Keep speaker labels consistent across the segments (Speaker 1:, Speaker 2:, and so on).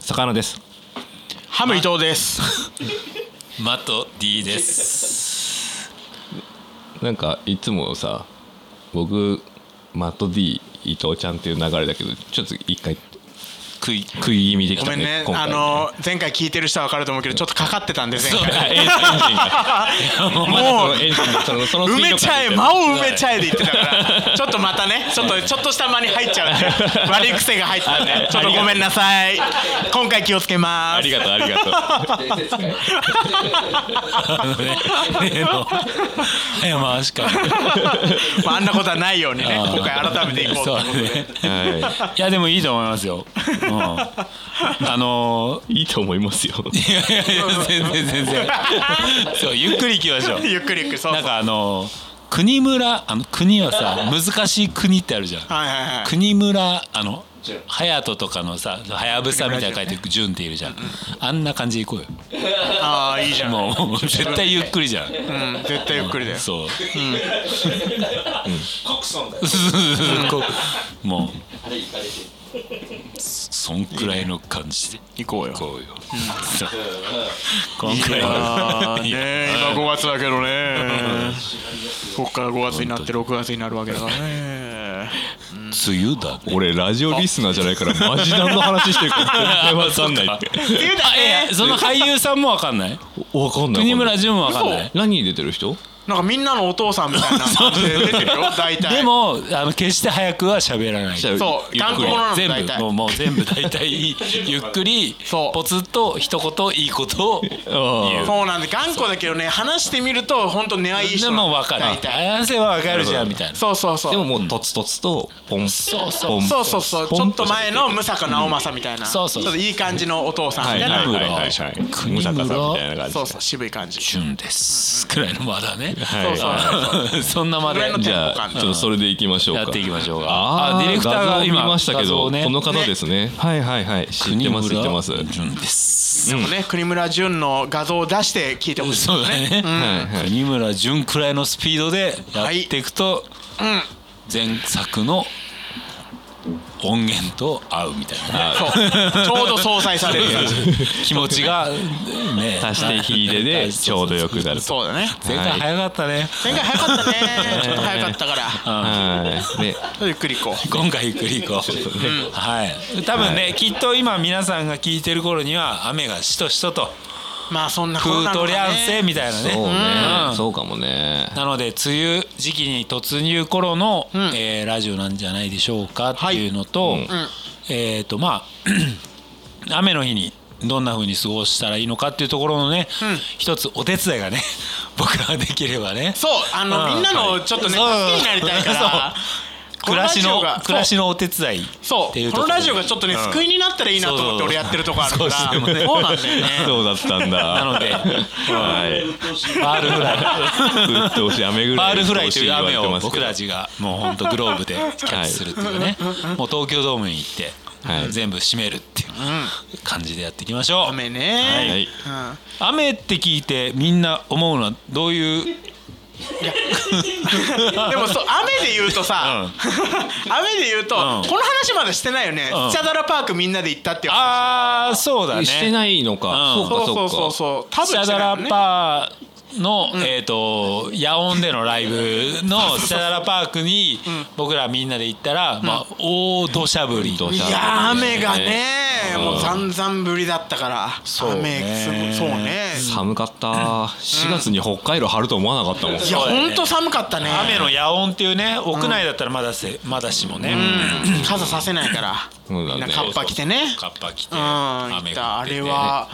Speaker 1: 坂野です
Speaker 2: ハム伊藤です。
Speaker 3: マト D です。
Speaker 1: なんかいつもさ僕マット D 伊藤ちゃんっていう流れだけどちょっと一回
Speaker 3: 食い。
Speaker 1: 食い気味でき
Speaker 2: ご
Speaker 1: たね
Speaker 2: めんね。
Speaker 1: 今回
Speaker 2: あの前回聞いてる人は分かると思うけど、ちょっとかかってたんで前
Speaker 3: そう
Speaker 2: 回。
Speaker 3: だ
Speaker 1: エンジン がまだそのエンジンがそのそのスピー
Speaker 2: 埋
Speaker 1: ド感
Speaker 2: めちゃえ、間を埋めちゃえで言ってたから、ちょっとまたね、ちょっとちょっとした間に入っちゃうんで、悪い癖が入ったんで、ちょっとごめんなさい。今回気をつけ
Speaker 1: あ
Speaker 2: ます
Speaker 1: り。がとうありがとう
Speaker 3: あのね、例の早回しか。
Speaker 2: まああんなことはないようにね、
Speaker 3: あー
Speaker 2: 今回改めていこうと
Speaker 3: そう
Speaker 2: 思
Speaker 3: だ
Speaker 2: っ
Speaker 3: ね。
Speaker 1: はい
Speaker 3: やでもいいと思いますよ。うん、あの
Speaker 1: いいいと思い ますよ
Speaker 3: ー、いやいやいや全然全然。そうゆっくり行きましょう。
Speaker 2: て。ゆっくりゆっくり、そうそ
Speaker 3: な。
Speaker 2: うん
Speaker 3: かあの国村あの国はさ難しい国ってあるじゃん。
Speaker 2: はいはいはい。
Speaker 3: 国村あの隼人とかのさはやぶさみたいな書いて潤っているじゃん。あんな感じで行こうよ。
Speaker 2: ああ、いいじゃん。う
Speaker 3: もうもう絶対ゆっくりじゃん。
Speaker 2: ん、絶対ゆっくりだよ。
Speaker 3: そう。うん。コクソンだよ。もう。そんくらいの感じで
Speaker 2: 行こうよ。
Speaker 3: こうよ。そうこんくらい
Speaker 2: あ
Speaker 3: の
Speaker 2: ーね今5月だけどねこっから5月になって6月になるわけだからね
Speaker 3: 梅雨だ。
Speaker 1: 俺ラジオリスナーじゃないからマジ何の話してるか全然わかん ないって
Speaker 3: あいやその俳優さんもわかんない。
Speaker 1: わかんない
Speaker 3: 国村淳もわかんない。
Speaker 1: 何に出てる人
Speaker 2: なんかみんなのお父さんみたいな 感じで出てるよ大体
Speaker 3: でもあの決して早くは喋らない。
Speaker 2: そう
Speaker 1: ゆっ
Speaker 2: 頑
Speaker 1: く
Speaker 2: 固
Speaker 1: り
Speaker 2: 者なの
Speaker 3: 全
Speaker 2: 大
Speaker 3: 部もう
Speaker 2: 体
Speaker 3: もう全部大体 ゆっくり
Speaker 2: そう
Speaker 3: ポツッと一言いいことを言う。
Speaker 2: そうなんで頑固だけどね話してみると本当根はいい
Speaker 3: で
Speaker 2: 人
Speaker 3: もわかる。
Speaker 2: 大体
Speaker 3: あせはわかるじゃんみたいな。
Speaker 2: そうそうそう
Speaker 1: でももうとつとつとポン
Speaker 3: そうそう
Speaker 1: ポン
Speaker 2: そうそうそうち
Speaker 1: ポ
Speaker 2: ょ
Speaker 1: ン
Speaker 2: っと前の武坂直政みたいなちょ
Speaker 3: そう
Speaker 2: っ
Speaker 3: そう
Speaker 2: といい感じのお父さんみたい
Speaker 1: はい
Speaker 2: な
Speaker 1: はいはいはい
Speaker 3: 国
Speaker 1: 武
Speaker 3: 村
Speaker 1: 坂さんみたいな感じ
Speaker 2: そうそう渋い感じ
Speaker 3: 旬ですくらいの間だね。
Speaker 1: はい
Speaker 2: そう
Speaker 3: そんな間で
Speaker 2: それの
Speaker 1: じゃあちょっとそれでいきましょうか
Speaker 3: やっていきましょうか。
Speaker 1: ああディレクターが今見ましたけ
Speaker 3: 画像
Speaker 1: ど
Speaker 3: をね
Speaker 1: この方ですねはいはいはい知ってます知ってます
Speaker 3: 国村淳です。
Speaker 2: でもね国村淳の画像を出して聞いてほしい
Speaker 3: そうだね。
Speaker 1: はいはい
Speaker 3: 国村淳くらいのスピードでやっていくと
Speaker 2: うん
Speaker 3: 前作の音源と合うみたいなね
Speaker 2: そうちょうど相殺される感じ
Speaker 3: 気持ちがね。
Speaker 1: 足して引いて でちょうどよくなると
Speaker 2: そうだね
Speaker 3: 前回早かったね。
Speaker 2: 前回早か ったねちょっと早かったからちょ
Speaker 1: はいね
Speaker 2: っとゆっくり行こう
Speaker 3: 今回ゆっくり行こう。はい。多分ねきっと今皆さんが聞いてる頃には雨がしとしとと。
Speaker 2: まあそんな
Speaker 3: ク
Speaker 2: こと
Speaker 3: ー
Speaker 2: なの
Speaker 3: トリ
Speaker 2: か
Speaker 3: ャンセ
Speaker 2: ね
Speaker 3: みたいなね
Speaker 1: そうね
Speaker 3: うん
Speaker 1: そうかもね
Speaker 3: なので梅雨時期に突入頃の、
Speaker 2: ん
Speaker 3: えーラジオなんじゃないでしょうかっていうのと、
Speaker 1: はいうん
Speaker 3: えっ、とまあ 雨の日にどんな風に過ごしたらいいのかっていうところのね、
Speaker 2: ん
Speaker 3: 一つお手伝いがね 僕らができればね
Speaker 2: そうあの
Speaker 3: う
Speaker 2: み
Speaker 3: ん
Speaker 2: んなのちょっとね
Speaker 3: そう
Speaker 2: 好きになりたいからこ
Speaker 3: 暮らし
Speaker 2: ラジオ
Speaker 3: の
Speaker 2: が
Speaker 3: 暮らしのお手伝い
Speaker 2: そう
Speaker 3: っ
Speaker 2: そ
Speaker 3: ていうう
Speaker 2: こと
Speaker 3: こ
Speaker 2: の
Speaker 3: ろで
Speaker 2: ラジオがちょっとね
Speaker 3: うん
Speaker 2: 救いになったらいいなと思って
Speaker 3: そうそう
Speaker 2: 俺やってるとこあるからそう
Speaker 3: そう
Speaker 2: なんだよね
Speaker 1: そうだったんだ
Speaker 3: なので
Speaker 1: はい
Speaker 3: バールフライ
Speaker 1: うっとうしい 雨ぐら
Speaker 3: バ
Speaker 1: い
Speaker 3: ールフライという雨
Speaker 1: 言わ
Speaker 3: を
Speaker 1: れてますけ
Speaker 3: 僕
Speaker 1: ど
Speaker 3: たちがもう本当グローブでキャッチするっていうね、もう東京ドームに行って、
Speaker 1: はい
Speaker 3: 全部閉めるっていう感じでやっていきましょう、
Speaker 2: 雨
Speaker 1: は
Speaker 2: ね
Speaker 1: い
Speaker 2: うん
Speaker 3: 雨って聞いてみんな思うのはどういう
Speaker 2: でもそう雨で言うとさ 雨で言うとこ
Speaker 3: うん
Speaker 2: の話まだしてないよね
Speaker 3: うん
Speaker 2: スチャダラパークみんなで行ったっていう話
Speaker 3: ああそうだね
Speaker 1: してないのか
Speaker 3: う
Speaker 1: そ
Speaker 3: ん
Speaker 1: う
Speaker 2: そ
Speaker 1: か
Speaker 2: うそうそう
Speaker 1: そうか
Speaker 2: そう多分し
Speaker 3: ス
Speaker 2: て
Speaker 3: チ
Speaker 2: ないよ
Speaker 3: ャダラ
Speaker 2: ね
Speaker 3: パーの、えっ、と野音でのラ イブのスチャダラパークに僕らみんなで行ったら、まあ大土砂降り
Speaker 1: 土
Speaker 2: い
Speaker 1: 砂
Speaker 2: やー雨がね
Speaker 1: うん
Speaker 2: もうざんざんぶりだったから
Speaker 3: そうね
Speaker 2: 雨すごいそうね
Speaker 1: 寒かった4月に北海道張ると思わなかったもん
Speaker 2: いや
Speaker 3: そうだね
Speaker 2: ほんと寒かったね
Speaker 3: 雨の野音っていうね屋内だったらまだせ、まだしもね、
Speaker 2: うん傘させないから
Speaker 1: そうだね
Speaker 2: みんなカッパ着てね
Speaker 3: カッパ着て
Speaker 2: うん
Speaker 3: 雨降って
Speaker 2: いたあれは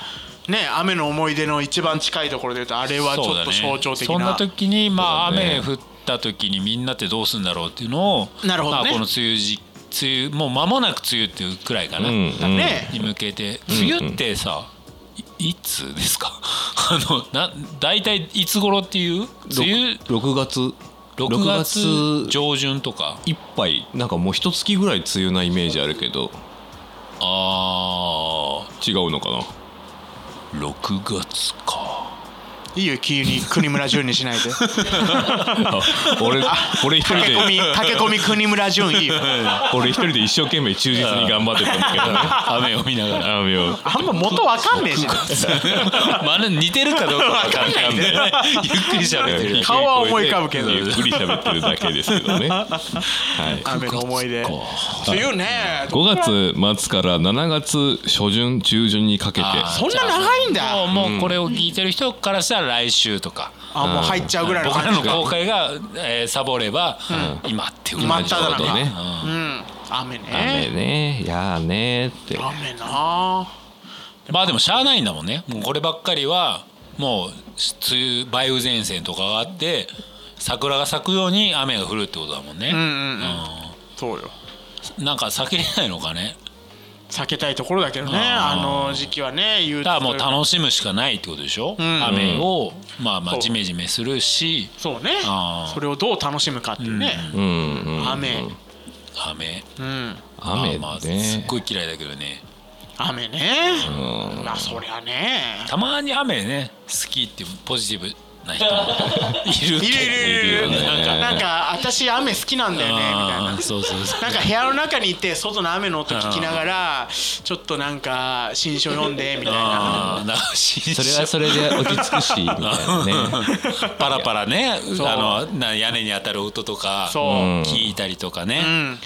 Speaker 2: ね雨の思い出の一番近いところで言うとあれはちょっと象徴的
Speaker 3: そうだねそんな
Speaker 2: な
Speaker 3: 時にまあ
Speaker 1: そうだね
Speaker 3: 雨降った時にみんなってどうするんだろうっていうのを
Speaker 2: なるほどね
Speaker 3: まあこの梅雨時梅雨もう間もなく梅雨っていうくらいかな、
Speaker 1: うんうん
Speaker 2: ね
Speaker 3: に向けて梅雨ってさ、いいつですか あのな大体いつ頃っていう梅雨
Speaker 1: 6月
Speaker 3: 6
Speaker 1: 6
Speaker 3: 月
Speaker 1: 月
Speaker 3: 上旬とか
Speaker 1: いっぱいなんかもう一月ぐらい梅雨なイメージあるけど
Speaker 3: あ
Speaker 1: 違うのかな
Speaker 3: ー6月か
Speaker 2: いいよ急に国村淳にし ないで
Speaker 1: あ俺俺一人
Speaker 2: 駆け込み
Speaker 1: で
Speaker 2: 駆け込み国村淳いいよ
Speaker 1: 俺一人で一生懸命忠実に頑張ってたんだけどね
Speaker 3: 雨を見なが ら
Speaker 1: 雨を
Speaker 2: あんま元わかんねえし
Speaker 3: まるで似てるかどうかわかんない んだよねゆっくり喋ってる
Speaker 2: 顔は思い浮かぶけど
Speaker 1: ゆっくり喋ってるだけですけどね、はい、
Speaker 2: 雨の思い出梅雨ね
Speaker 1: 5月末から7月初旬中旬にかけて
Speaker 2: そんな長いんだ
Speaker 3: もうもうこれを聞いてる人からしたら来週とか
Speaker 2: あもう入っちゃうぐらいの
Speaker 3: 僕ら
Speaker 2: 感
Speaker 3: の
Speaker 2: じか
Speaker 3: 公開が、えーサボれば、今っていう
Speaker 2: 真
Speaker 3: 感
Speaker 2: っ
Speaker 3: じ
Speaker 2: 只
Speaker 1: ちょう
Speaker 2: 中
Speaker 1: どね
Speaker 2: うん雨ね
Speaker 1: 雨ねやーねーって
Speaker 2: 雨な
Speaker 3: まあでもしゃあないんだもんねもうこればっかりはもう梅雨梅雨前線とかがあって桜が咲くように雨が降るってことだもんね、
Speaker 2: うんうんうんそうよ
Speaker 3: なんか避けれないのかね
Speaker 2: 避けたいところだけどねあの時期はね言う
Speaker 3: だからもう
Speaker 2: と
Speaker 3: 楽しむしかないってことでしょ、
Speaker 2: ん
Speaker 3: 雨をまあま
Speaker 2: そ
Speaker 3: あ
Speaker 2: う
Speaker 3: ジメジメするし
Speaker 2: そうね
Speaker 3: あー
Speaker 2: それをどう楽しむかっていうね
Speaker 1: うんうん
Speaker 2: 雨
Speaker 3: 雨
Speaker 2: うん
Speaker 1: 雨
Speaker 3: まあまあすっ
Speaker 1: ね
Speaker 3: ごい嫌いだけどね
Speaker 2: 雨ね
Speaker 1: うん
Speaker 2: まあそりゃね
Speaker 3: たまに雨ね好きっていうポジティブな 人もいる
Speaker 2: いるいるいるいる
Speaker 1: いるよね
Speaker 2: なんか私雨好きなんだよねみたい
Speaker 3: あ
Speaker 2: な
Speaker 3: ーそうそうそう
Speaker 2: なんか部屋の中にいて外の雨の音聞きながらちょっとなんか新書読んでみたいな
Speaker 3: あーなんか新
Speaker 1: それはそれで落ち着くしみたいなね
Speaker 3: パラパラね
Speaker 2: う
Speaker 3: あのな屋根に当たる音とか
Speaker 2: そう
Speaker 3: 聞いたりとか
Speaker 2: う
Speaker 3: ね、
Speaker 2: ん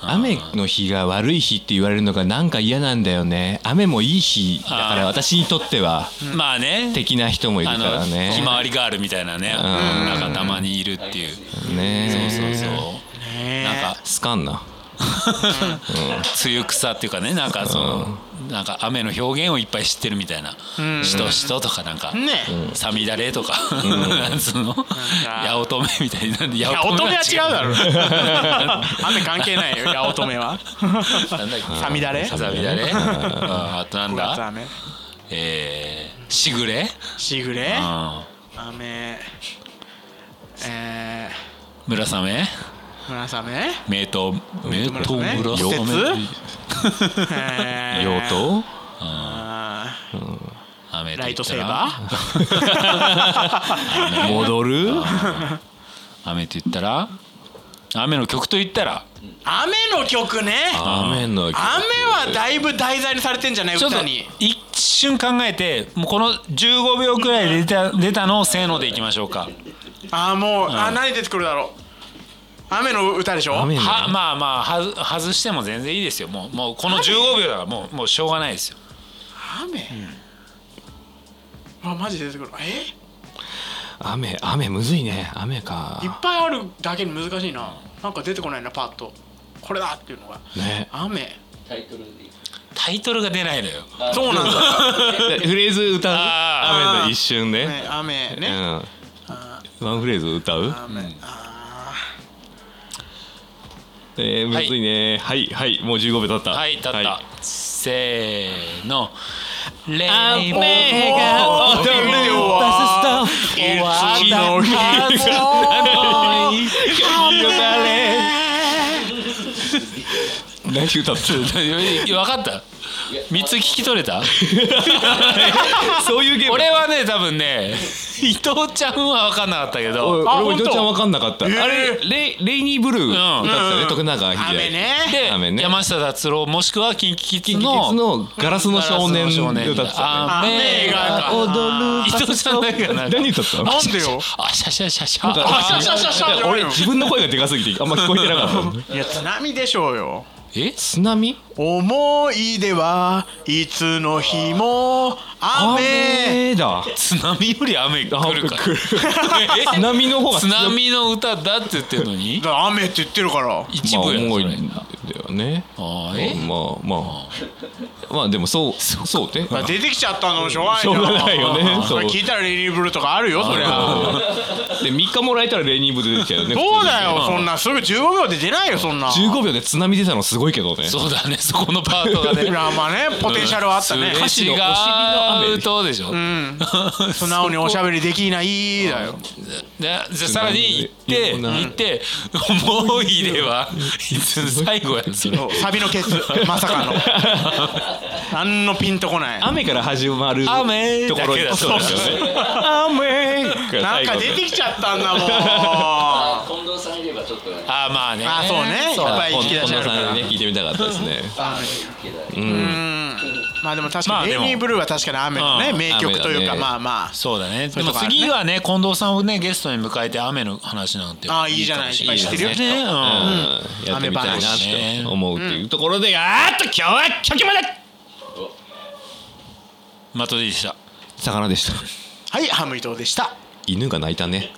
Speaker 1: 雨の日が悪い日って言われるのがなんか嫌なんだよね雨もいい日だから私にとっては
Speaker 3: まあね
Speaker 1: 的な人もいる
Speaker 3: あ
Speaker 1: か
Speaker 3: の
Speaker 1: らね
Speaker 3: ひまわりガールみたいなねなんかたまにいるっていう
Speaker 1: ね
Speaker 3: そうそう
Speaker 2: ね
Speaker 3: なんか
Speaker 1: つかんな
Speaker 3: 梅雨草っていうかねなんかそのなんか雨の表現をいっぱい知ってるみたいな「しとしと」とかなんか
Speaker 2: ね
Speaker 3: 「さみだれ」とかなんつうの「八乙女」みたいなんで
Speaker 2: いや
Speaker 3: 八
Speaker 2: 乙女は違うだ
Speaker 3: ろ
Speaker 2: ろ 雨関係ないよいや乙女は
Speaker 3: なんだっけ
Speaker 2: さみだれ
Speaker 3: さみだれうんあとなん
Speaker 2: 5月
Speaker 3: だ
Speaker 2: 雨
Speaker 3: えーしぐれ
Speaker 2: しぐれ
Speaker 3: うん
Speaker 2: 雨え
Speaker 3: 村雨
Speaker 2: ー村雨
Speaker 3: 名刀名刀
Speaker 2: ね
Speaker 3: 村
Speaker 2: 季節
Speaker 3: 雨
Speaker 2: え ー
Speaker 1: 用途
Speaker 2: あー
Speaker 3: 雨
Speaker 2: ライトセーバー
Speaker 1: 戻る
Speaker 3: ー雨と言ったら雨の曲と言ったら
Speaker 2: 雨の曲ね
Speaker 1: 雨の日
Speaker 2: 雨はだいぶ題材にされてんじゃない
Speaker 3: ちょっと
Speaker 2: 歌に
Speaker 3: 一瞬考えてもうこの15秒くらいで出た出たのをせーのでいきましょうか
Speaker 2: ああもうあ何出てくるだろう雨の歌でしょ
Speaker 1: 雨の
Speaker 3: はまあまあはず外しても全然いいですよもうもうこの15秒だからもうもうしょうがないですよ
Speaker 2: 雨、あマジ出てくるえ
Speaker 1: 雨雨むずいね雨か
Speaker 2: いっぱいあるだけに難しいななんか出てこないなパッとこれだっていうのが
Speaker 1: ね
Speaker 2: 雨
Speaker 4: タイトルでいい
Speaker 3: タイトルが出ないのよ
Speaker 2: そうなんだ、
Speaker 1: フレーズ歌う
Speaker 3: あ
Speaker 2: ー
Speaker 1: 雨の一瞬ね
Speaker 2: ね、雨
Speaker 1: うん
Speaker 2: ね、
Speaker 1: ワンフレーズ歌う
Speaker 2: 雨、あ
Speaker 1: えーむずいねはいはいもう15秒経った
Speaker 3: はい立った、せーのレイボー
Speaker 1: 雨が踊るバススト
Speaker 2: ー
Speaker 1: 月の日がないよだれ何歌ってる
Speaker 3: 分かった3つ聞き取れた
Speaker 1: そういうゲーム
Speaker 3: 俺はね多分ね伊藤ちゃんは分かんなかったけど
Speaker 1: 俺
Speaker 2: あ
Speaker 1: 俺も伊
Speaker 2: 本当
Speaker 1: 藤ちゃん分かんなかった、
Speaker 2: ー
Speaker 1: あれレイレイニーブルー歌ってたね、徳永英明
Speaker 2: 雨ね
Speaker 3: で、
Speaker 1: 雨ね
Speaker 3: 山下達郎もしくはキンキキッズ
Speaker 1: の
Speaker 3: の
Speaker 1: のガラスの少年歌ってたね
Speaker 3: 雨が
Speaker 2: あ
Speaker 1: 踊
Speaker 3: 伊藤ちゃんだけがなんか
Speaker 1: 何歌ってたの
Speaker 2: ーなんでよ
Speaker 3: あシャシャシャシャ
Speaker 1: なんか
Speaker 3: あ
Speaker 2: シャシャシャシャ
Speaker 1: いや 俺自分の声がでかすぎてあんま聞こえてなかった
Speaker 2: いや津波でしょうよ
Speaker 3: え
Speaker 1: 津波
Speaker 2: 思い出はいつの日も雨
Speaker 1: 雨だ
Speaker 3: 津波より雨
Speaker 1: あ
Speaker 3: 来るか
Speaker 1: 来る津波の方が
Speaker 3: 津
Speaker 1: 強く
Speaker 3: 波の歌だって言ってるのに
Speaker 2: だから雨って言ってるから
Speaker 3: 一
Speaker 1: まあ
Speaker 3: 部や
Speaker 1: 重い
Speaker 3: それ
Speaker 1: んだよね
Speaker 3: あえ
Speaker 1: まあまあまあでもそうそうね
Speaker 2: だから出てきちゃったのしょうがない
Speaker 1: しょうがないよね
Speaker 2: そ
Speaker 1: そう
Speaker 2: れ聞いたらレイニーブルーとかあるよそりゃ
Speaker 1: で3日もらえたらレイニーブルー出てきちゃうよね
Speaker 2: そうだよそんなすぐ15秒で出ないよそんな
Speaker 1: 15秒で津波出たのすごいけどね
Speaker 3: そうだね そこのパートが ね
Speaker 2: まあまあねポテンシャルはあったね
Speaker 3: 歌詞
Speaker 1: のお尻の
Speaker 3: が
Speaker 1: 雨
Speaker 3: 歌うでしょ、
Speaker 2: うん素直におしゃべりできないだよ
Speaker 3: でじゃあさらに行って
Speaker 1: いやもうな
Speaker 3: 行って思い出は最後やそれ
Speaker 2: そうサビのケツ まさかの何のピンとこない
Speaker 1: 雨から始まる
Speaker 3: 雨
Speaker 1: ところに
Speaker 3: だけだそうですよ
Speaker 2: 雨
Speaker 3: ね
Speaker 1: が
Speaker 2: な
Speaker 1: 最
Speaker 2: ん
Speaker 1: 後
Speaker 2: か出てきちゃったんだ も
Speaker 4: あ近藤さんいればちょっとね
Speaker 3: あーまあね
Speaker 2: あーそうねやっぱり引き出しあ
Speaker 1: 近
Speaker 2: る
Speaker 1: 藤
Speaker 2: から
Speaker 1: さんにね聞いてみたかったですね
Speaker 2: ううんまあでも確
Speaker 3: ま
Speaker 2: か
Speaker 3: あ
Speaker 2: に「
Speaker 3: で
Speaker 2: レイ
Speaker 3: も
Speaker 2: ニーブルー」は確かに雨のね
Speaker 3: うん
Speaker 2: 名曲というか
Speaker 1: 雨だね
Speaker 2: まあまあ
Speaker 3: そうだね
Speaker 2: そう
Speaker 3: で
Speaker 2: いうと
Speaker 3: も
Speaker 2: こあるね
Speaker 3: 次はね近藤さんをねゲストに迎えて雨の話なんて
Speaker 2: あーいいじゃない
Speaker 3: かもしれ
Speaker 2: いっぱい知ってるよ
Speaker 3: ねうん
Speaker 1: うんやってみたいなって思うっていうところであーっと今日は貯金まで
Speaker 3: マトディでした
Speaker 1: 魚でした
Speaker 2: はいハム伊藤でした
Speaker 1: 犬が鳴いたね